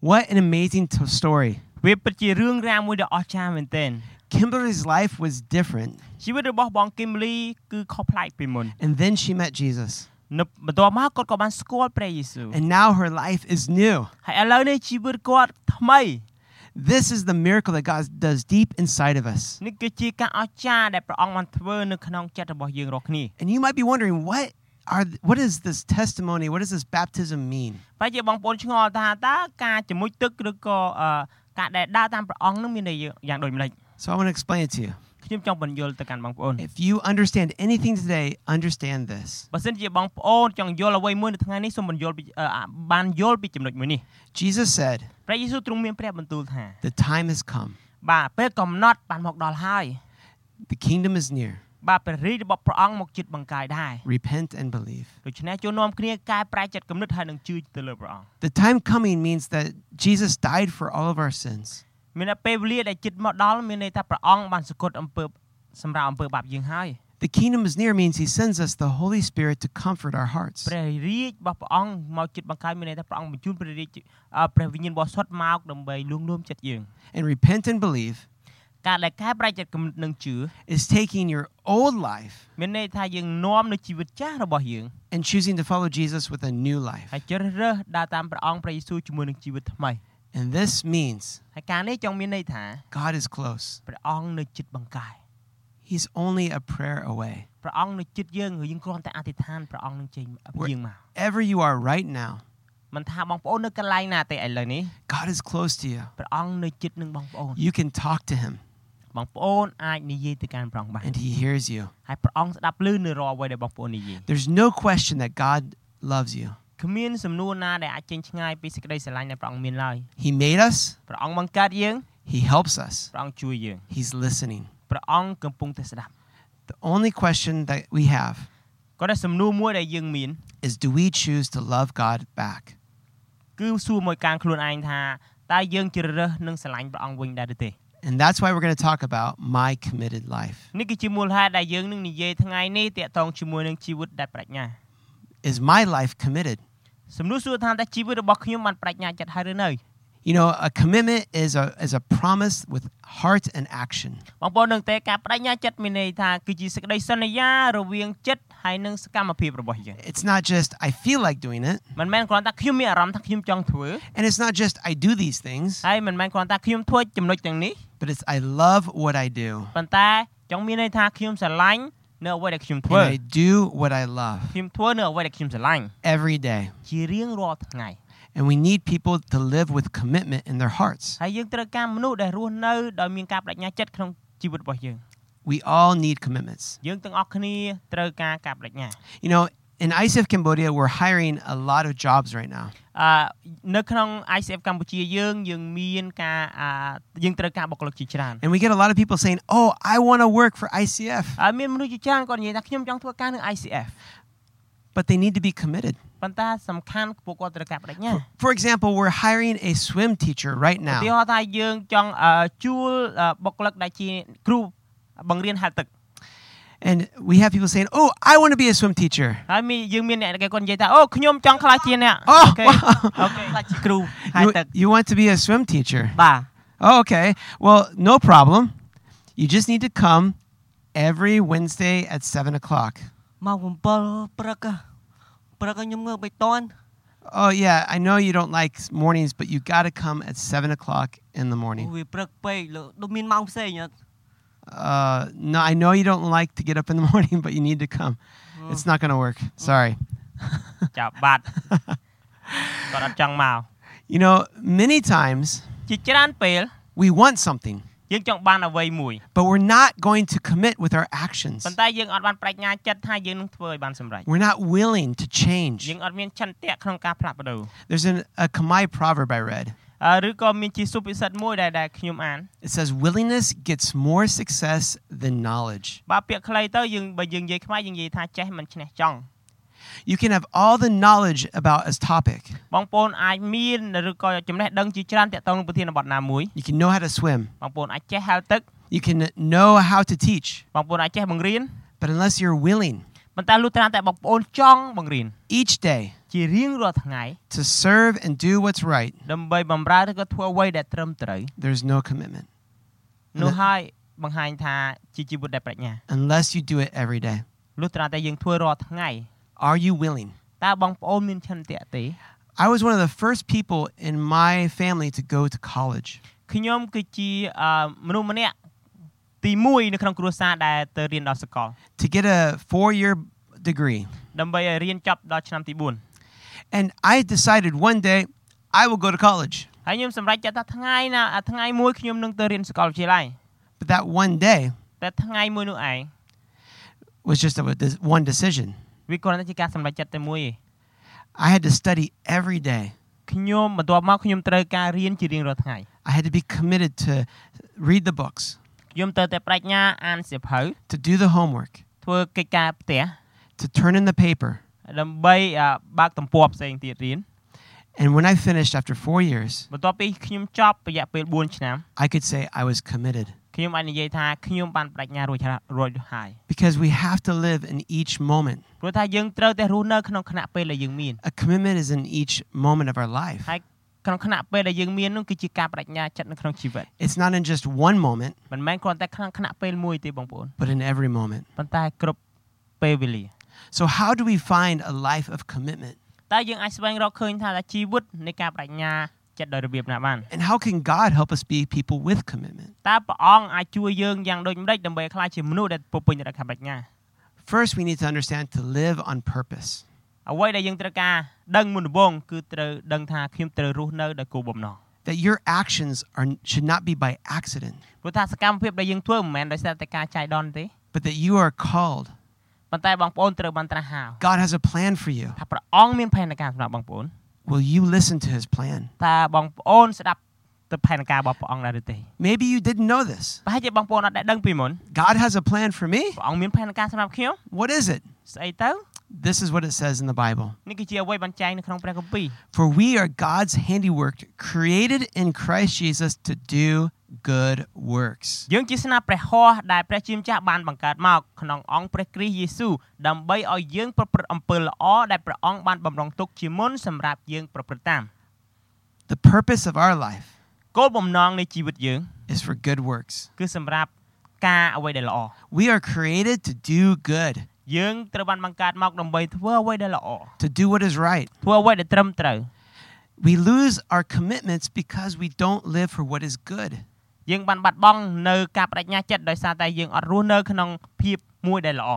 What an amazing t- story. វាពិតជារឿងរ៉ាវមួយដ៏អស្ចារ្យមែនទែន Kimberly's life was different, ជីវិតរបស់បងគីមលីគឺខុសប្លែកពីមុន and then she met Jesus. នៅបន្ទាប់មកគាត់ក៏បានស្គាល់ព្រះយេស៊ូវ And now her life is new. ហើយឥឡូវនេះជីវិតគាត់ថ្មី This is the miracle that God does deep inside of us. នេះគឺជាការអស្ចារ្យដែលព្រះអង្គបានធ្វើនៅក្នុងចិត្តរបស់យើងរាល់គ្នា And you might be wondering, what are th- what is this testimony? What does this baptism mean? បើជាបងប្អូនឆ្ងល់ថាតើការជំនួយទឹកឬក៏អឺការដែលដើរតាមព្រះអង្គនឹងមានន័យយ៉ាងដូចម្ដេច So I want to explain it to you. ខ្ញុំចង់បញ្យល់ទៅកាន់បងប្អូន If you understand anything today, understand this. បើសិនជាបងប្អូនចង់យល់អ្វីមួយនៅថ្ងៃនេះសូមបញ្យល់ពីអឺអាបានយល់ពីចំណុចមួយនេះ Jesus said, ព្រះយេស៊ូវទ្រង់មានព្រះបន្ទូលថា "The time has come. បាទពេលកំណត់បានមកដល់ហើយ The kingdom is near. បាទព្រះរាជរបស់ព្រះអង្គមកជិតបង្កាយដែរ Repent and believe." ដូច្នេះចូលនាំគ្នាកែប្រែចិត្តគំនិតហើយនឹងជឿទៅលើព្រះអង្គ The time coming means that Jesus died for all of our sins. មានតែពេលវេលាដែលជិតមកដល់មានន័យថាព្រះអង្គបានសគត់អំពើសម្រាប់អំពើបាបយើងហើយ The kingdom is near means he sends us the Holy Spirit to comfort our hearts. ព្រះរាជរបស់ព្រះអង្គមកជិតបង្កើតមានន័យថាព្រះអង្គបញ្ជូនព្រះរាជអឺព្រះវិញ្ញាណបរិសុទ្ធមកដើម្បីលួងលោមចិត្តយើង And repent and believe ការដែលកែប្រែចិត្តគំនិតនឹងជឿ is taking your old life មានន័យថាយើងនាំនៅជីវិតចាស់របស់យើង and choosing to follow Jesus with a new life. ហើយជ្រើសរើសដើរតាមព្រះអង្គព្រះយេស៊ូវជាមួយនឹងជីវិតថ្មី And this means ហើយការនេះចង់មានន័យថា God is close. ព្រះអង្គនៅជិតបង្កាយ He's only a prayer away. ព្រះអង្គនៅជិតយើងឬយើងគ្រាន់តែអធិដ្ឋានព្រះអង្គនឹងចេញយើងមក Ever you are right now, មិនថាបងប្អូននៅកន្លែងណាទេឥឡូវនេះ God is close to you. ព្រះអង្គនៅជិតនឹងបងប្អូន You can talk to him បងប្អូនអាចនិយាយទៅកាន់ព្រះអង្គបាន and he hears you. ហើយព្រះអង្គស្ដាប់ឮនៅរាល់អ្វីដែលបងប្អូននិយាយ There's no question that God loves you. គ្មានសំណួរណាដែលអាចចេញឆ្ងាយពីសេចក្តីស្រឡាញ់ដែលព្រះអង្គមានឡើយ He made us, ព្រះអង្គបង្កើតយើង he helps us, ព្រះអង្គជួយយើង he's listening. ព្រះអង្គកំពុងតែស្ដាប់ The only question that we have គាត់តែសំណួរមួយដែលយើងមាន is do we choose to love God back? គឺសួរមកកាន់ខ្លួនឯងថាតើយើងជ្រើសរើសនឹងស្រឡាញ់ព្រះអង្គវិញដែរឬទេ And that's why we're going to talk about my committed life. នេះគឺជាមូលហេតុដែលយើងនឹងនិយាយថ្ងៃនេះតាក់ទងជាមួយនឹងជីវិតដែលប្រាជ្ញា Is my life committed? សំណួរសួរថាតើជីវិតរបស់ខ្ញុំបានប្រាជ្ញាចិត្តហើយឬនៅ You know, a commitment is a is a promise with heart and action. បងប្អូននឹងតែការប្រាជ្ញាចិត្តមានន័យថាគឺជាសេចក្តីសន្យារវាងចិត្តហើយនឹងសកម្មភាពរបស់យើង It's not just I feel like doing it, មិនមែនគ្រាន់តែខ្ញុំមានអារម្មណ៍ថាខ្ញុំចង់ធ្វើ and it's not just I do these things, ហើយមិនមែនគ្រាន់តែខ្ញុំធ្វើចំណុចទាំងនេះ but it's I love what I do. ប៉ុន្តែចង់មានន័យថាខ្ញុំស្រឡាញ់នៅអ្វីដែលខ្ញុំ And ធ្វើ I do what I love ខ្ញុំធ្វើនៅអ្វីដែលខ្ញុំស្រឡាញ់ every day. ជារៀងរាល់ថ្ងៃ And we need people to live with commitment in their hearts. ហើយយើងត្រូវការមនុស្សដែលរស់នៅដោយមានការប្រាជ្ញាចិត្តក្នុងជីវិតរបស់យើង We all need commitments. យើងទាំងអស់គ្នាត្រូវការការប្រាជ្ញា You know, in ICF Cambodia, we're hiring a lot of jobs right now. អឺនៅក្នុង ICF កម្ពុជាយើងយើងមានការអឺយើងត្រូវការបុគ្គលិកជាច្រើន And we get a lot of people saying, Oh, I want to work for ICF. ហើយមានមនុស្សជាច្រើនគាត់និយាយថាខ្ញុំចង់ធ្វើការនៅ ICF But they need to be committed. ប៉ុន្តែសំខាន់ពួកគាត់ត្រូវការប្រាជ្ញា For example, we're hiring a swim teacher right ឧទា now. ហរណ៍ថាយើងចង់អឺជួលអឺបុគ្គលិកដែលជាគ្រូបង្រៀនហាត់ទឹក And we have people saying, Oh, I want to be a swim teacher. ហើយមានយើងមានអ្នកគេគាត់និយាយថាអូខ្ញុំចង់ខ្លាចជាអ្នក អូ ខេ វ៉ាវ អូខេខ្លាចជាគ្រូហាត់ You, ទឹក you want to be a swim teacher. បាទ Oh, okay. Well, no problem. You just need to come every Wednesday at 7 o'clock. មក7ព្រឹកព្រឹកខ្ញុំងើបមិនតន់ Oh, yeah. I know you don't like mornings, but you got to come at 7 o'clock in the អូ morning. វាព្រឹកពេកលើដូចមានម៉ោងផ្សេងអត់ Uh, no, I know you don't like to get up in the morning, but you need to come. It's not going to work. Sorry. ចាប់បាត់ គាត់អត់ចង់មក You know, many times ជាច្រើនពេល we want something, យើងចង់បានអ្វីមួយ but we're not going to commit with our actions. ប៉ុន្តែយើងអត់បានប្រាជ្ញាចិត្តថាយើងនឹងធ្វើឲ្យបានសម្រេច We're not willing to យើ change. ងអត់មានឆន្ទៈក្នុងការផ្លាស់ប្ដូរ There's an, a Khmer proverb I read. អឺឬក៏មានជាសុពិសិដ្ឋមួយដែលដែលខ្ញុំអាន It says, Willingness gets more success than knowledge. បើពាក្យខ្លីទៅយើងបើយើងនិយាយខ្មែរយើងនិយាយថាចេះមិនឈ្នះចង់ You can have all the knowledge about a topic. បងប្អូនអាចមានឬក៏ចំណេះដឹងជាច្រើនទាក់ទងនឹងប្រធានបទណាមួយ You can know how to swim. បងប្អូនអាចចេះហែលទឹក You can know how to teach. បងប្អូនអាចចេះបង្រៀន But unless you're willing ប៉ុន្តែលុះត្រាតែបងប្អូនចង់បង្រៀន each day, ជ ជារៀងរាល់ថ្ងៃ to serve and do what's right, ដើម្បីបំរើឬក៏ធ្វើអ្វីដែលត្រឹមត្រូវ there's no commitment នោះហើយបង្ហាញថាជាជីវិតដែលប្រាជ្ញា unless you do it every day. លុះត្រាតែយើងធ្វើរាល់ថ្ងៃ Are you willing? តើបងប្អូនមានឆន្ទៈទេ I was one of the first people in my family to go to college. ខ្ញុំគឺជាអឺមនុស្សម្នាក់ទី1នៅក្នុងគ្រួសារដែលទៅរៀនដល់សកល to get a four year degree. ដើម្បីឲ្យរៀនចប់ដល់ឆ្នាំទី4 And I decided one day I will go to college. ហើយខ្ញុំសម្រេចចិត្តថាថ្ងៃណាអាថ្ងៃមួយខ្ញុំនឹងទៅរៀនសាកលវិទ្យាល័យ But that one day តែថ្ងៃមួយនោះឯង was just a, this one decision. វាគ្រាន់តែជាការសម្រេចចិត្តតែមួយឯង I had to study every day, ខ្ញុំបន្ទាប់មកខ្ញុំត្រូវការរៀនជារៀងរាល់ថ្ងៃ I had to be committed to read the books, ខ្ញុំត្រូវតែប្រាជ្ញាអានសៀវភៅ to do the homework, ធ្វើកិច្ចការផ្ទះ to turn in the paper. ដើម្បីអ่าបើកទំព័រផ្សេងទៀតរៀន And when I finished after four years, បន្ទាប់ពីខ្ញុំចប់រយៈពេល4ឆ្នាំ I could say I was committed ខ្ញុំអាចនិយាយថាខ្ញុំបានប្រាជ្ញារួចហើយរួចហើយ because we have to live in each moment. ព្រោះថាយើងត្រូវតែរស់នៅក្នុងខណៈពេលដែលយើងមាន A commitment is in each moment of our life. ហើយក្នុងខណៈពេលដែលយើងមាននោះគឺជាការប្រាជ្ញាចិត្តនៅក្នុងជីវិត It's not in just one moment, មិនមែនគ្រាន់តែក្នុងខណៈពេលមួយទេបងប្អូន but in every moment. ប៉ុន្តែគ្រប់ពេលវេលា So, how do we find a life of commitment? តើយើងអាចស្វែងរកឃើញថាតើជីវិតនៃការប្រាជ្ញាចិត្តដោយរបៀបណាបាន And how can God help us be people with commitment? តើព្រះអង្គអាចជួយយើងយ៉ាងដូចម្តេចដើម្បីឲ្យក្លាយជាមនុស្សដែលពោរពេញទៅដោយការប្រាជ្ញា First, we need to understand to live on purpose. អ្វីដែលយើងត្រូវការដឹងមុនដំបូងគឺត្រូវដឹងថាខ្ញុំត្រូវរស់នៅដោយគោលបំណង That your actions are, should not be by accident, ព្រោះថាសកម្មភាពដែលយើងធ្វើមិនមែនដោយសារតែការចៃដន្យទេ but that you are called. ប៉ុន្តែបងប្អូនត្រូវបានត្រាស់ហៅ God has a plan for you. ថាព្រះអង្គមានផែនការសម្រាប់បងប្អូន Will you listen to his plan? តើបងប្អូនស្ដាប់ទៅផែនការរបស់ព្រះអង្គដែរឬទេ Maybe you didn't know this. ប្រហែលជាបងប្អូនអត់ដែលដឹងពីមុន God has a plan for me. ព្រះអង្គមានផែនការសម្រាប់ខ្ញុំ What is it? ស្អីទៅ This is what it says in the Bible. នេះគឺជាអ្វីបញ្ជាក់នៅក្នុងព្រះគម្ពីរ For we are God's handiwork, created in Christ Jesus to do good works. យើងជាស្នាព្រះហស្ថដែលព្រះជាម្ចាស់បានបង្កើតមកក្នុងអង្គព្រះគ្រីស្ទយេស៊ូវដើម្បីឲ្យយើងប្រព្រឹត្តអំពើល្អដែលព្រះអង្គបានបំរុងទុកជាមុនសម្រាប់យើងប្រព្រឹត្តតាម The purpose of our life គោលបំណងនៃជីវិតយើង is for good works. គឺសម្រាប់ការអ្វីដែលល្អ We are created to do good, យើងត្រូវបានបង្កើតមកដើម្បីធ្វើអ្វីដែលល្អ to do what is right. ធ្វើអ្វីដែលត្រឹមត្រូវ We lose our commitments because we don't live for what is good. យើងបានបាត់បង់នៅការបដិញ្ញាចិត្តដោយសារតែយើងអត់រស់នៅក្នុងភាពមួយដែលល្អ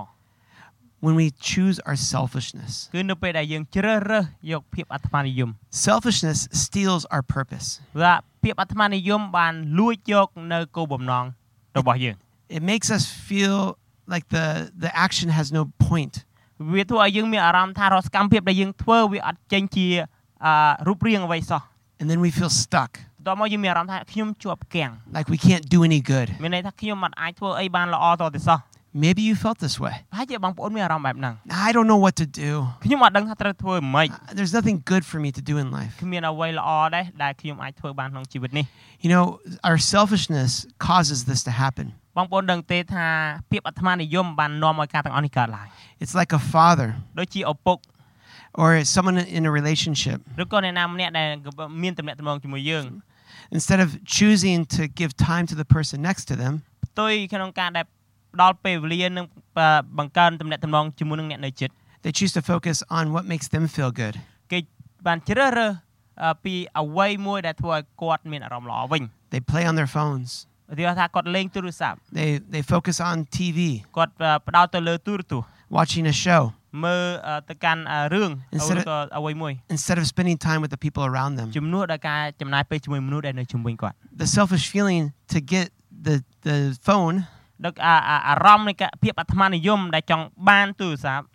When we choose our selfishness, គឺនៅពេលដែលយើងជ្រើសរើសយកភាពអាត្មានិយម selfishness steals our purpose. ថាភាពអាត្មានិយមបានលួចយកនៅគោលបំណងរបស់យើង It makes us feel like the, the action has no point. វាធ្វើឲ្យយើងមានអារម្មណ៍ថារាល់សកម្មភាពដែលយើងធ្វើវាអត់ចេញជាអឺរូបរាងអ្វីសោះ And then we feel stuck, បន្ទាប់មកយើងមានអារម្មណ៍ថាខ្ញុំជាប់គាំង like we can't do any good. មានន័យថាខ្ញុំមិនអាចធ្វើអីបានល្អតទៅសោះ Maybe you felt this way. ប្រហែលជាបងប្អូនមានអារម្មណ៍បែបហ្នឹង I don't know what to do. ខ្ញុំអត់ដឹងថាត្រូវធ្វើម៉េច There's nothing good for me to do in life. គ្មានអ្វីល្អដែរដែលខ្ញុំអាចធ្វើបានក្នុងជីវិតនេះ You know, our selfishness causes this to happen. បងប្អូនដឹងទេថាភាពអាត្មានិយមបាននាំឲ្យការទាំងអស់នេះកើតឡើង It's like a father ដូចជាឪពុក or someone in a relationship. ឬក៏អ្នកណាម្នាក់ដែលមានទំនាក់ទំនងជាមួយយើង Instead of choosing to give time to the person next to them, ផ្ទុយក្នុងការដែលផ្ដល់ពេលវេលានិងអឺបង្កើនទំនាក់ទំនងជាមួយនឹងអ្នកនៅជិត they choose to focus on what makes them feel good. គេបានជ្រើសរើសអឺពីអ្វីមួយដែលធ្វើឲ្យគាត់មានអារម្មណ៍ល្អវិញ They play on their phones. ឧទាហរណ៍ថាគាត់លេងទូរស័ព្ទ They they focus on TV, គាត់អឺផ្ដោតទៅលើទូរទស្សន៍ watching a show មើលអឺទៅកាន់អឺរឿងឬ Instead of- ក៏អ្វីមួយ instead of spending time with the people around them. ជំនួសដល់ការចំណាយពេលជាមួយមនុស្សដែលនៅជំនវិញគាត់ The selfish feeling to get the the phone ដឹកអាអាអារម្មណ៍នៃការភាពអាត្មានិយមដែលចង់បានទូរស័ព្ទ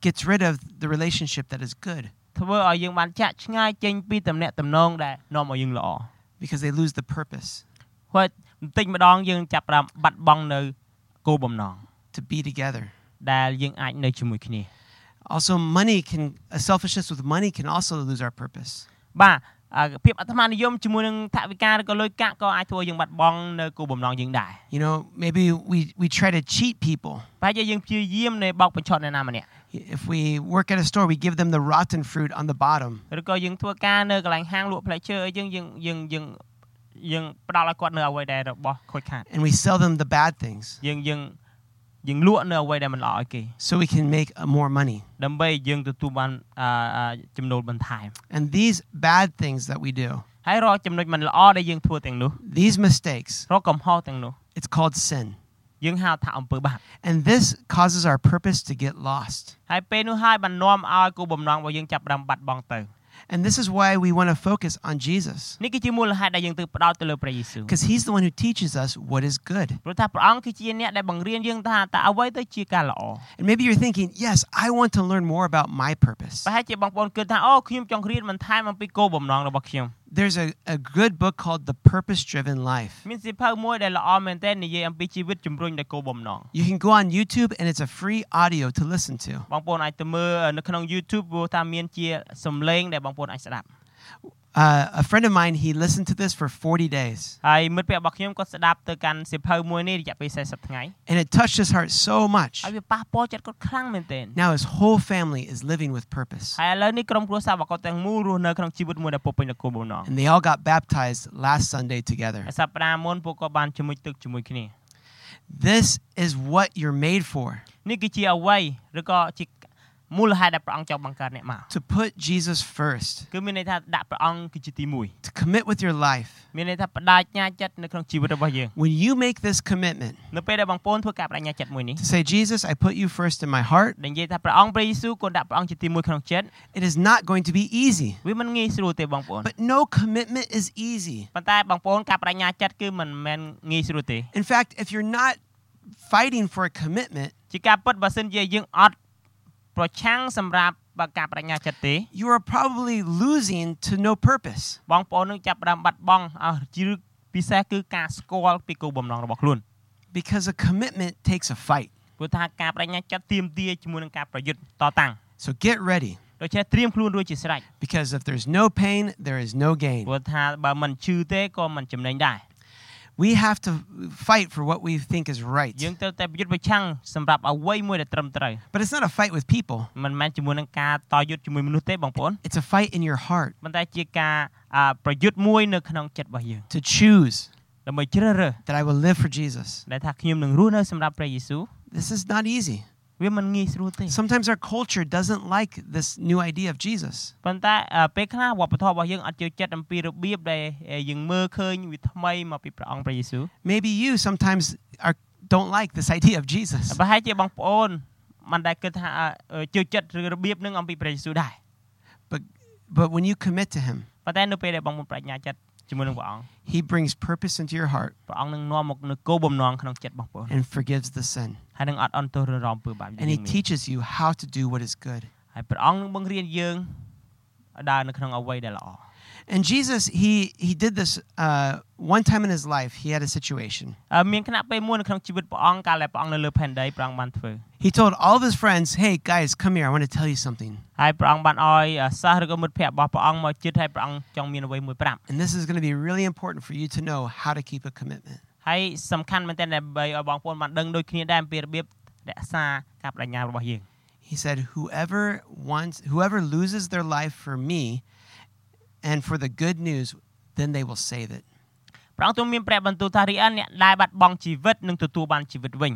gets rid of the relationship that is good ធ្វើឲ្យយើងបានចាក់ឆ្ងាយចេញពីទំនាក់ទំនងដែលនាំឲ្យយើងល្អ because they lose the purpose ហើយបន្តិចម្ដងយើងចាប់ផ្ដើមបាត់បង់នៅគោលបំណង to be together. ដែលយើងអាចនៅជាមួយគ្នា Also, money can a selfishness with money can also lose our purpose. បាទ អឺភាពអត្តមនិយមជាមួយនឹងថវិកាឬក៏លុយកាក់ក៏អាចធ្វើឲ្យយើងបាត់បង់នៅគោលបំណងយើងដែរ You know, maybe we, we try to cheat people. ប្រហែលជាយើងព្យាយាមនៃបោកបញ្ឆោតអ្នកណាម្នាក់ If we work at a store, we give them the rotten fruit on the bottom. ឬក៏យើងធ្វើការនៅកន្លែងហាងលក់ផ្លែឈើអីយើងយើងយើងយើងយើងផ្ដល់ឲ្យគាត់នៅអ្វីដែលរបស់ខូចខាត and we sell them the bad things យើងយើងយើងលក់នៅអ្វីដែលមិនល្អឲ្យគេ so we can make uh, more money. ដើម្បីយើងទទួលបានអអឺចំណូលបន្ថែម And these bad things that we do, ហើយរកចំណុចមិនល្អដែលយើងធ្វើទាំងនោះ these mistakes, រកកំហុសទាំងនោះ it's called sin. យើងហៅថាអំពើបាប And this causes our purpose to get lost. ហើយពេលនោះហើយបាននាំឲ្យគោលបំណងរបស់យើងចាប់ផ្ដើមបាត់បង់ទៅ And this is why we want to focus on Jesus នេះគឺជាមូលហេតុដែលយើងត្រូវផ្ដោតទៅលើព្រះយេស៊ូវ because he's the one who teaches us what is good. ព្រោះថាព្រះអង្គគឺជាអ្នកដែលបង្រៀនយើងថាតើអ្វីទៅជាការល្អ And maybe you're thinking, yes, I want to learn more about my purpose. ប្រហែលជាបងប្អូនគិតថាអូខ្ញុំចង់រៀនបន្ថែមអំពីគោលបំណងរបស់ខ្ញុំ There's a, a good book called The Purpose Driven Life. មានសៀវភៅមួយដែលល្អមែនទែននិយាយអំពីជីវិតជំរុញដល់គោលបំណង You can go on YouTube and it's a free audio to listen to. បងប្អូនអាចទៅមើលនៅក្នុង YouTube ព្រោះថាមានជាសំឡេងដែលបងប្អូនអាចស្ដាប់ Uh, a friend of mine, he listened to this for 40 days ហើយមិត្តភក្តិរបស់ខ្ញុំក៏ស្ដាប់ទៅកាន់សៀវភៅមួយនេះរយៈពេល40ថ្ងៃ and it touched his heart so much. ហើយវាប៉ះពាល់ចិត្តគាត់ខ្លាំងមែនទែន Now his whole family is living with purpose. ហើយឥឡូវនេះក្រុមគ្រួសាររបស់គាត់ទាំងមូលរស់នៅក្នុងជីវិតមួយដែលពោរពេញដោយគោលបំណង And they all got baptized last Sunday together. ហើយសប្តាហ៍មុនពួកគាត់បានជាមួយទឹកជាមួយគ្នា This is what you're made for នេះគឺជាអ្វីឬក៏ជាមូលហេតុដែលព្រះអង្គចង់បង្កើតអ្នកមក to put Jesus first, គឺមានន័យថាដាក់ព្រះអង្គគឺជាទី1 to commit with your life. មានន័យថាបដិញ្ញាចិត្តនៅក្នុងជីវិតរបស់យើង When you make this commitment នៅពេលដែលបងប្អូនធ្វើការបដិញ្ញាចិត្តមួយនេះ to say, Jesus, I put you first in my heart, ដែលនិយាយថាព្រះអង្គព្រះយេស៊ូវក៏ដាក់ព្រះអង្គជាទី1ក្នុងចិត្ត it is not going to be easy. វាមិនងាយស្រួលទេបងប្អូន But no commitment is easy. ប៉ុន្តែបងប្អូនការបដិញ្ញាចិត្តគឺមិនមែនងាយស្រួលទេ In fact, if you're not fighting for a commitment, ជាការពិតបើសិនជាយើងអត់ប្រឆាំងសម្រាប់បើការបដិញ្ញាចិត្តទេ you are probably losing to no purpose. បងប្អូននឹងចាប់ផ្ដើមបាត់បង់អស់ជ្រឹកពិសេសគឺការស្គាល់ពីគោលបំណងរបស់ខ្លួន because a commitment takes a fight. ព្រោះថាការបដិញ្ញាចិត្តទៀមទាជាមួយនឹងការប្រយុទ្ធតតាំង So get ready ដូច្នេះត្រៀមខ្លួនរួចជាស្រេច because if there's no pain, there is no gain. ព្រោះថាបើមិនឈឺទេក៏មិនចំណេញដែរ We have to fight for what we think is right. យើងត្រូវតែប្រយុទ្ធប្រឆាំងសម្រាប់អ្វីមួយដែលត្រឹមត្រូវ But it's not a fight with people, មិនមែនជាមួយនឹងការតយុទ្ធជាមួយមនុស្សទេបងប្អូន it's a fight in your heart ប៉ុន្តែជាការអ่าប្រយុទ្ធមួយនៅក្នុងចិត្តរបស់យើង to choose ដើម្បីជ្រើសរើស that I will live for Jesus. ដែលថាខ្ញុំនឹងរស់នៅសម្រាប់ព្រះយេស៊ូវ This is not easy. វាមិនងាយស្រួលទេ Sometimes our culture doesn't like this new idea of Jesus. ប៉ុន្តែអ่าពេលខ្លះវប្បធម៌របស់យើងអត់ចូលចិត្តអំពីរបៀបដែលយើងមើលឃើញវាថ្មីមកពីព្រះអង្គព្រះយេស៊ូវ Maybe you sometimes are, don't like this idea of Jesus. ប្រហែលជាបងប្អូនមិនដែលគិតថាអ่าអឺចូលចិត្តឬរបៀបនឹងអំពីព្រះយេស៊ូវដែរ But, but when you commit to Him, ប៉ុន្តែនៅពេលដែលបងប្អូនប្រាជ្ញាចិត្តជាមួយនឹងព្រះអង្គ He brings purpose into your heart ព្រះអង្គនឹងនាំមកនូវគោលបំណងក្នុងចិត្តបងប្អូន and forgives the sin. ហើយនឹងអត់អន់ទោសរឿងរំពើបាបយើង And He មាន teaches you how to do what is good. ហើយព្រះអង្គនឹងបង្រៀនយើងឲ្យដើរនៅក្នុងអ្វីដែលល្អ And Jesus, he he did this uh, one time in his life. He had a situation. អឺមានគណៈពេលមួយនៅក្នុងជីវិតព្រះអង្គកាលដែលព្រះអង្គនៅលើផែនដីព្រះអង្គបានធ្វើ He told all of his friends, "Hey guys, come here. I want to tell you something." ហើយព្រះអង្គបានឲ្យអ่าសិស្សឬក៏មិត្តភក្តិរបស់ព្រះអង្គមកជិតហើយព្រះអង្គចង់មានអ្វីមួយប្រាប់ And this is going to be really important for you to know how to keep a commitment. ហើយសំខាន់មែនទែនដើម្បីឲ្យបងប្អូនបានដឹងដូចគ្នាដែរអំពីរបៀបរក្សាការបដិញ្ញារបស់យើង He said, "Whoever wants, whoever loses their life for me, and for the good news, then they will save it." ព្រះអង្គទ្រង់មានព្រះបន្ទូលថារីអិនអ្នកដែលបាត់បង់ជីវិតនឹងទទួលបានជីវិតវិញ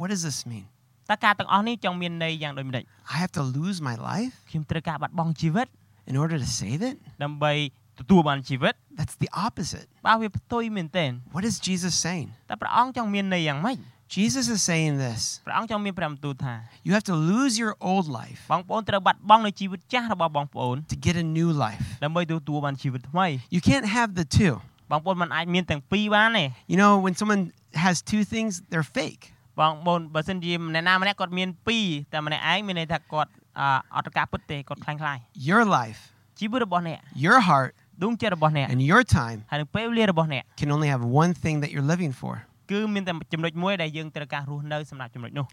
What does this mean? តើការទាំងអស់នេះចង់មានន័យយ៉ាងដូចម្ដេច I have to lose my life ខ្ញុំត្រូវការបាត់បង់ជីវិត in order to save it? ដើម្បីទទួលបានជីវិត That's the opposite. បើវាផ្ទុយមែនទែន What is Jesus saying? តែព្រះអង្គចង់មានន័យយ៉ាងម៉េច Jesus is saying this: ព្រះអង្គចង់មានព្រះបន្ទូលថា you have to lose your old life. បងប្អូនត្រូវបាត់បង់នូវជីវិតចាស់របស់បងប្អូន to get a new life. ដើម្បីទទួលបានជីវិតថ្មី You can't have the two. បងប្អូនមិនអាចមានទាំងពីរបានទេ You know, when someone has two things, they're fake. បងប្អូនបើសិនជាម្នាក់ណាម្នាក់គាត់មានពីរតែម្នាក់ឯងមានន័យថាគាត់អ่าអត់ការពិតទេគាត់ខ្លាំងខ្លាយ Your life, ជីវិតរបស់អ្នក your heart, ដួងចិត្តរបស់អ្នក and your time ហើយនឹងពេលវេលារបស់អ្នក can only have one thing that you're living for. គឺមានតែចំណុចមួយដែលយើងត្រូវការរស់នៅសម្រាប់ចំណុចនោះ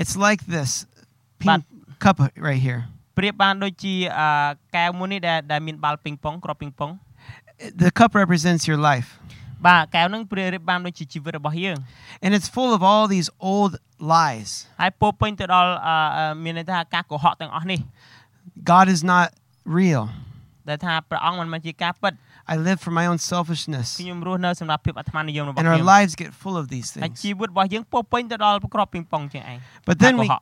It's like this pink cup right here. ប្ ប្រៀបបានដូចជាអឺកែវមួយនេះដែលដែលមានបាល់ពីងប៉ុងគ្រាប់ពីងប៉ុង The cup represents your life, បាទកែវហ្នឹងប្រៀបបានដូចជាជីវិតរបស់យើង and it's full of all these old lies. ហើយពោរពេញទៅដល់អឺមានន័យថាការកុហកទាំងអស់នេះ God is not real. ដែលថាព្រះអង្គមិនមែនជាការពិត I live for my own selfishness, ខ្ញុំរស់នៅសម្រាប់ភាពអាត្មានិយមរបស់ and our ខ្ញុំ lives get full of these ហើយ things. ជីវិតរបស់យើងពោរពេញទៅដល់គ្រាប់ពីងប៉ុងជាងឯង But ការ then កុ we, ហក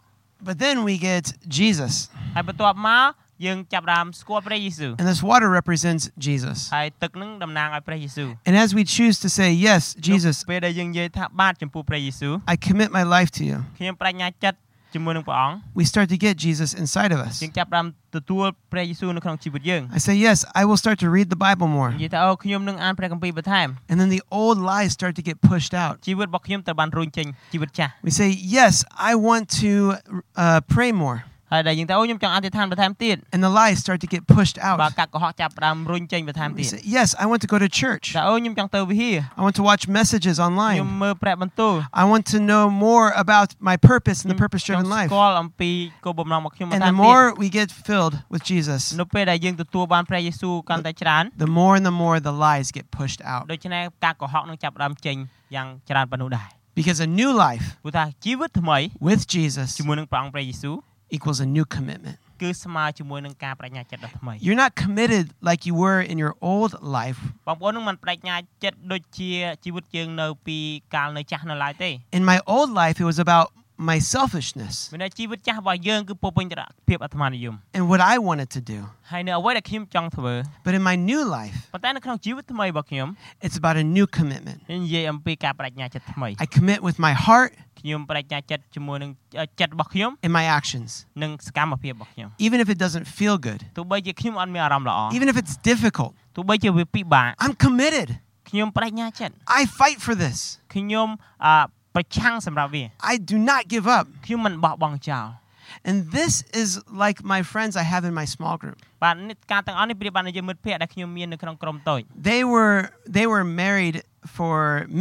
but then we get Jesus, ហើយបន្ទាប់មកយើងចាប់ផ្ដើមស្គាល់ព្រះយេស៊ូវ and this water represents Jesus. ហើយទឹកហ្នឹងតំណាងឲ្យព្រះយេស៊ូវ And as we choose to say yes, Jesus, ពេលដែលយើងនិយាយថាបាទចំពោះព្រះយេស៊ូវ I commit my life to you. ខ្ញុំប្រាជ្ញាចិត្តជាមួយនឹងព្រះអង្គ We start to get Jesus inside of us. យើងចាប់ផ្ដើមទទួលព្រះយេស៊ូវនៅក្នុងជីវិតយើង I say yes, I will start to read the Bible more. និយាយថាអូខ្ញុំនឹងអានព្រះគម្ពីរបន្ថែម And then the old lies start to get pushed out. ជីវិតរបស់ខ្ញុំត្រូវបានរុញចេញជីវិតចាស់ We say, Yes, I want to uh, pray more. ហើយដែលយើងថាអូខ្ញុំចង់អធិដ្ឋានបន្ថែមទៀត And the lies start to get pushed បាទ out. កាត់កុហកចាប់ផ្ដើមរុញចេញបន្ថែម We ទៀត say, Yes, I want to go to church. ថាអូខ្ញុំចង់ទៅវិហារ I want to watch messages ខ្ញុំ online. មើលព្រះបន្ទូល I want to know more about my purpose in the ខ្ញុំ purpose ចង់ driven life. ស្គាល់អំពីគោលបំណងរបស់ខ្ញុំប And ន្ថែ the មទៀត more we get filled with Jesus, នៅពេលដែលយើងទទួលបានព្រះយេស៊ូវកាន់តែច្រើន the more and the more the lies get pushed out. ដូច្នេះការកុហកនឹងចាប់ផ្ដើមចេញយ៉ាងច្រើនប៉ុណ្ណោះដែរ Because a new life ព្រោះថាជីវិតថ្មី with Jesus ជាមួយនឹងព្រះអង្គព្រះយេស៊ូវ equals a new commitment. គឺស្មើជាមួយនឹងការប្រាជ្ញាចិត្តដ៏ថ្មី You're not committed like you were in your old life. បងប្អូននឹងមិនប្រាជ្ញាចិត្តដូចជាជីវិតយើងនៅពីកាលនៅចាស់នៅឡើយទេ In my old life, it was about my selfishness មានន័យជីវិតចាស់របស់យើងគឺពោរពេញទៅដោយភាពអាត្មានិយម and what I wanted to do. ហើយនៅអ្វីដែលខ្ញុំចង់ធ្វើ But in my new life, ប៉ុន្តែនៅក្នុងជីវិតថ្មីរបស់ខ្ញុំ it's about a new commitment. ខ្ញុំនិយាយអំពីការប្រាជ្ញាចិត្តថ្មី I commit with my heart ខ្ញុំប្រាជ្ញាចិត្តជាមួយនឹងចិត្តរបស់ខ្ញុំ and my actions, និងសកម្មភាពរបស់ខ្ញុំ even if it doesn't feel good, ទោះបីជាខ្ញុំអត់មានអារម្មណ៍ល្អ even if it's difficult. ទោះបីជាវាពិបាក I'm committed. ខ្ញុំប្រាជ្ញាចិត្ត I fight for this. ខ្ញុំអឺប្រឆាំងសម្រាប់វា I do not give up. ខ្ញុំមិនបោះបង់ចោល And this is like my friends I have in my small group. បាទនេះការទាំងអស់នេះប្រៀបបានដូចជាមិត្តភ័ក្តិដែលខ្ញុំមាននៅក្នុងក្រុមតូច They were they were married for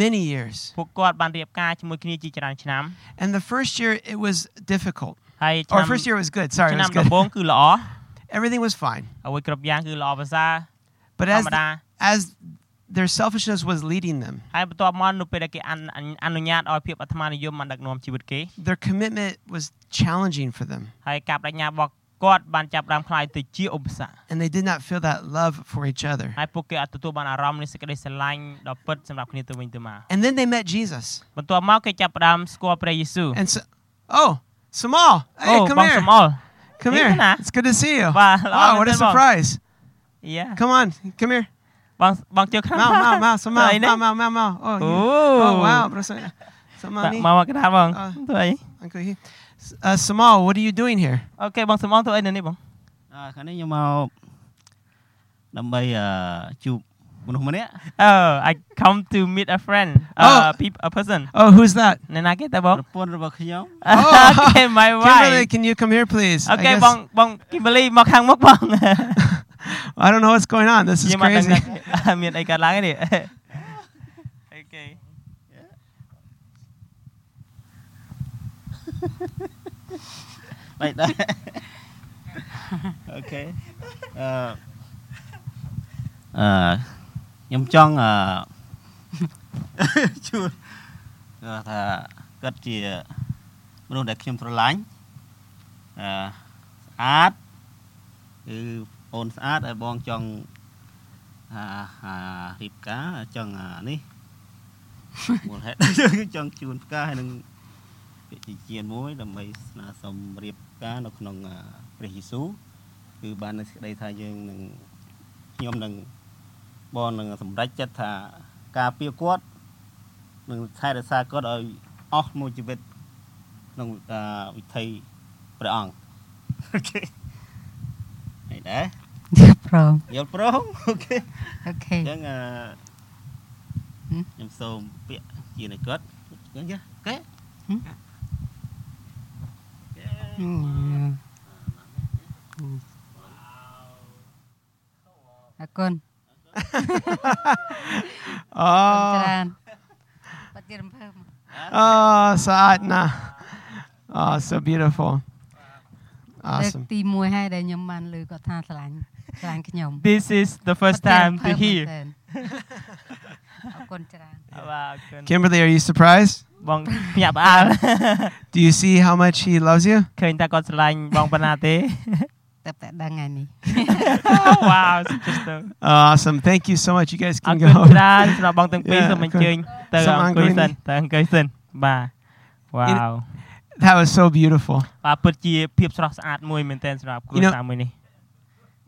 many years. ពួកគាត់បានរៀបការជាមួយគ្នាជាច្រើនឆ្នាំ And the first year it was difficult. ហើយ Or ឆ្នាំ first year was good. Sorry, it ឆ្នាំ was ដំ good. បូងគឺល្អ Everything was fine. អ្វីគ្រប់យ៉ាងគឺល្អប្រសើរ But ធ as ម្មតា as their selfishness was leading them, ហើយបន្ទាប់មកនៅពេលដែលគេអនុអនុញ្ញាតឲ្យភាពអាត្មានិយមបានដឹកនាំជីវិតគេ their commitment was challenging for them, ហើយការប្រាជ្ញារបស់គាត់បានចាប់ផ្ដើមខ្លាយទៅជាឧបសគ្គ and they did not feel that love for each other. ហើយពួកគេអាចទទួលបានអារម្មណ៍នៃសេចក្តីស្រឡាញ់ដ៏ពិតសម្រាប់គ្នាទៅវិញទៅមក And then they met Jesus, បន្ទាប់មកគេចាប់ផ្ដើមស្គាល់ព្រះយេស៊ូវ and so, oh, Samal, hey, អូ come បង here, សមអល់ come Hey, here. Hannah. It's good to see you. Wow, Wow, what a Samal. surprise! យ៉ា Come on, come here. បងបងជើខាង Mao, mao, mao, ធ្វើអី Samal, នេះ mao, mao, mao, mao. Oh, you- Ooh. oh, wow, bro, Sam- បា Samal, ក់ ni- មកមកកណ្ដាលបង អ่ะ ធ្វើអី Uncle He. Uh, Samal, what are you doing here? អូខេបងសមអល់ធ្វើអីនៅនេះបង អើខាងនេះខ្ញុំមកដើម្បីអឺជួបមនុស្សម្នាក់ អូ I come to meet a friend Oh. uh people a person Oh, who's that? ណែណាគេតើបង ប្រពន្ធរបស់ខ្ញុំ Oh. Okay my Kimberly, wife can you come here, please? I អូខេ guess- បងបង Kimberly មកខាងមុខ បង I don't know what's going on. This is ខ្ញុំមកដឹង crazy. ថា មានអីកើតឡើងទេនេះអូខេ បែកដែរអូខេអឺអឺខ្ញុំចង់អឺ ជួបគាត់ថាគាត់ជាមនុស្សដែលខ្ញុំស្រឡាញ់អឺស្អាតគឺអូនស្អាតហើយបងចង់អាអារៀបការចង់អានេះ មូលហេតុ ចង់ជូនផ្កាហើយនឹង ពាក្យជាជាមួយដើម្បីស្នើសុំរៀបការនៅក្នុងអ่าព្រះយេស៊ូវគឺបាននៅសេចក្តីថាយើងនឹងខ្ញុំនឹងបងនឹងសម្រេចចិត្តថាការពៀគាត់នឹងថែរក្សាគាត់ឲ្យអស់មួយជីវិតក្នុងអ่าវិធីព្រះអង្គអូខេហើយដែរ ជាប្រង យល់ព្រមអូខេ អូខេ អញ្ចឹងអ ហឹ ឺ ម ខ្ញុំសូមពាក្យជានៃគាត់អញ្ចឹងចេះ ហឹម អូខេ អរគុណ Oh, ច្រើនបាត់ទៀតរំភើប oh, Saatna. Oh, so beautiful. លើក Awesome. ទី1ហើយដែលខ្ញុំបានលើគាត់ថាឆ្លាញ់ឆ្លាញ់ខ្ញុំ This is the first time to ប្រទាន hear មែនទែនអរគុណច្រើន បាទគុណ Kimberly, are you surprised? បងភ្ញាក់ផ្អើល Do you see how much he loves you? ឃើញតែគាត់ស្រឡាញ់បងប៉ុណ្ណាទេ តែតែដឹងថ្ងៃនេះ Wow just a- Awesome. Thank you so much. You guys អរ can គុណ go. ច្រើនសម្រាប់បងទាំងពីរ Yeah, សូមអញ្ជើញទៅ សូម អង្គុយ អង្គុយ សិន នេះ ទៅអង្គុយសិនបាទ Wow That was so beautiful. បាទពិតជាភាពស្រស់ស្អាតមួយមែនទែនសម្រាប់គ្រួ You know- សារមួយនេះ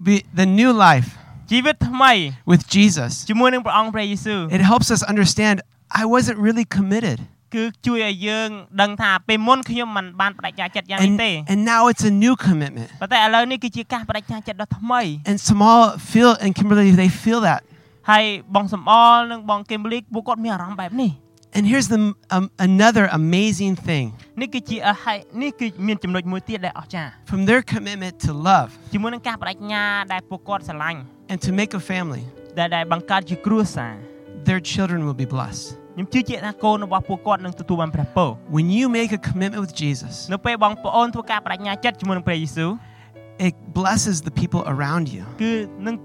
Be, the new life ជីវិតថ្មី with Jesus, ជាមួយនឹងព្រះអង្គព្រះយេស៊ូវ it helps us understand I wasn't really committed. គឺជួយឲ្យយើង ដឹងថាពេលមុនខ្ញុំមិនបានបដិញ្ញាចិត្តយ៉ាងនេះ And, ទេ and now it's a new commitment. ប៉ុន្តែឥឡូវនេះគឺជាការបដិញ្ញាចិត្តដ៏ថ្មី And Samal feel and Kimberly, they feel that. ហើយបងសំអល់និងបងគឹមលីកពួកគាត់មានអារម្មណ៍បែបនេះ And here's the um, another amazing thing នេះគឺជាអហៃនេះគឺមានចំណុចមួយទៀតដែលអស្ចារ្យ from their commitment to love ជាមួយនឹងការបដិញ្ញាដែលពួកគាត់ស្រឡាញ់ and to make a family, ដែលដែលបង្កើតជាគ្រួសារ their children will be blessed. ខ្ញុំជឿជាក់ថាកូនរបស់ពួកគាត់នឹងទទួលបានព្រះពរ When you make a commitment with Jesus, នៅពេលបងប្អូនធ្វើការបដិញ្ញាចិត្តជាមួយនឹងព្រះយេស៊ូវ it blesses the people around you គឺនឹង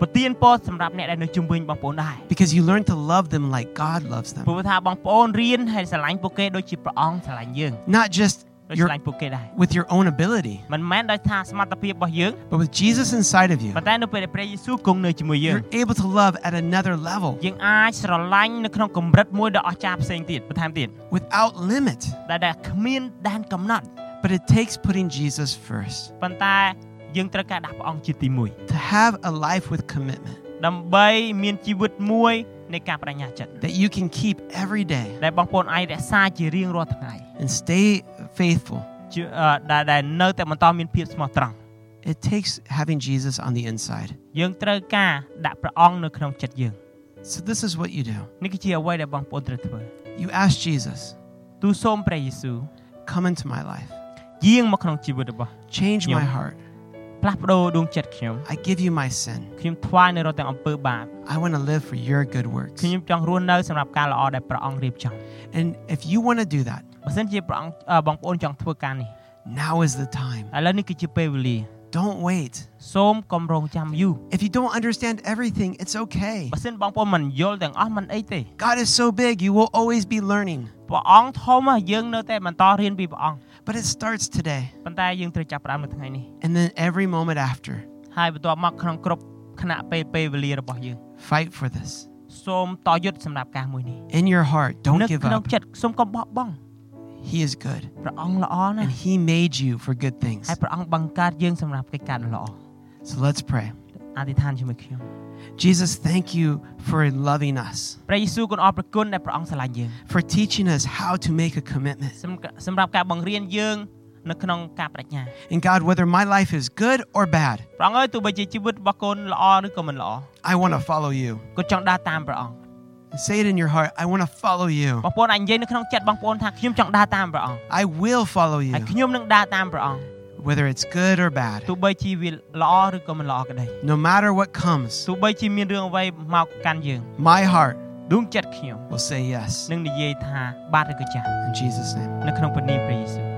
ប្រទានពរសម្រាប់អ្នកដែលនៅជុំវិញបងប្អូនដែរ because you learn to love them like God loves them, ព្រោះថាបងប្អូនរៀនហើយស្រឡាញ់ពួកគេដូចជាព្រះអង្គស្រឡាញ់យើង not just ដូច your, ស្រឡាញ់ពួកគេដែរ with your own ability, មិនមែនដោយថាសមត្ថភាពរបស់យើង but with Jesus inside of you. ប៉ុន្តែនៅពេលដែលព្រះយេស៊ូវគង់នៅជាមួយយើង You're able to love at another level យើងអាចស្រឡាញ់នៅក្នុងកម្រិតមួយដ៏អស្ចារ្យផ្សេងទៀតបន្ថែមទៀត without limit. ដែលដែលគ្មានដែនកំណត់ But it takes putting Jesus first ប៉ុន្តែយើងត្រូវការដាក់ព្រះអង្គជាទីមួយ to have a life with commitment ដើម្បីមានជីវិតមួយនៃការបដិញ្ញាចិត្ត that you can keep every day ដែលបងប្អូនអាចរក្សាជារៀងរាល់ថ្ងៃ and stay faithful. ជាអឺដែលដែលនៅតែបន្តមានភាពស្មោះត្រង់ It takes having Jesus on the inside. យើងត្រូវការដាក់ព្រះអង្គនៅក្នុងចិត្តយើង So, this is what you do នេះគឺជាអ្វីដែលបងប្អូនត្រូវធ្វើ you ask Jesus, ទូលសូមព្រះយេស៊ូវ Come into my life, យាងមកក្នុងជីវិតរបស់ change my Yeah. heart. ផ្លាស់ប្ដូរដួងចិត្តខ្ញុំ I give you my sin. ខ្ញុំថ្វាយនៅរត់ទាំងអំពើបាប I want to live for your good works. ខ្ញុំចង់រស់នៅសម្រាប់ការល្អដែលព្រះអង្គរៀបចំ And if you want to do that, បើសិនជាព្រះអង្គអឺបងប្អូនចង់ធ្វើការនេះ now is the time. ឥឡូវនេះគឺជាពេលវេលា Don't wait. សូមកំរងចាំយូរ If you don't understand everything, it's okay. បើសិនបងប្អូនមិនយល់ទាំងអស់មិនអីទេ God is so big, you will always be learning. ព្រះអង្គធំណាស់យើងនៅតែបន្តរៀនពីព្រះអង្គ But it starts today ប៉ុន្តែយើងត្រូវចាប់ផ្ដើមនៅថ្ងៃនេះ and then every moment after. ហើយបន្ទាប់មកក្នុងគ្រប់គណៈពេលពេលវេលារបស់យើង Fight for this. សូមតយុទ្ធសម្រាប់ការមួយនេះ In your heart, don't នៅ give ក្នុង up. ចិត្តសូមកុំបោះបង់ He is good. ព្រះអង្គល្អណា And ស់ He made you for good things. ហើយព្រះអង្គបង្កើតយើងសម្រាប់កិច្ចការដ៏ល្អ So let's pray. អធិដ្ឋានជាមួយខ្ញុំ Jesus, thank you for loving us, ព្រះយេស៊ូវគុណអរព្រគុណដែលព្រះអង្គស្រឡាញ់យើង for teaching us how to make a commitment. សម្រាប់សម្រាប់ការបង្រៀនយើង នៅក្នុងការបដិញ្ញា And God, whether my life is good or bad, ព្រះអង្គអើយទោះបីជាជីវិតរបស់កូនល្អឬក៏មិនល្អ I want to follow you. គាត់ចង់ដើរតាមព្រះអង្គ Say it in your heart. I want to follow you. បងប្អូនអាចនិយាយនៅក្នុងចិត្តបងប្អូនថាខ្ញុំចង់ដើរតាមព្រះអង្គ I will follow ហើយ you, ខ្ញុំនឹងដើរតាមព្រះអង្គ whether it's good or bad. ទោះបីជាវាល្អឬក៏មិនល្អក្តី No matter what comes, ទោះបីជាមានរឿងអ្វីមកកាន់យើង my heart ដួងចិត្តខ្ញុំ will say yes. នឹងនិយាយថាបាទឬក៏ចាស់ In Jesus' name. នៅក្នុងព្រះនាមព្រះយេស៊ូវ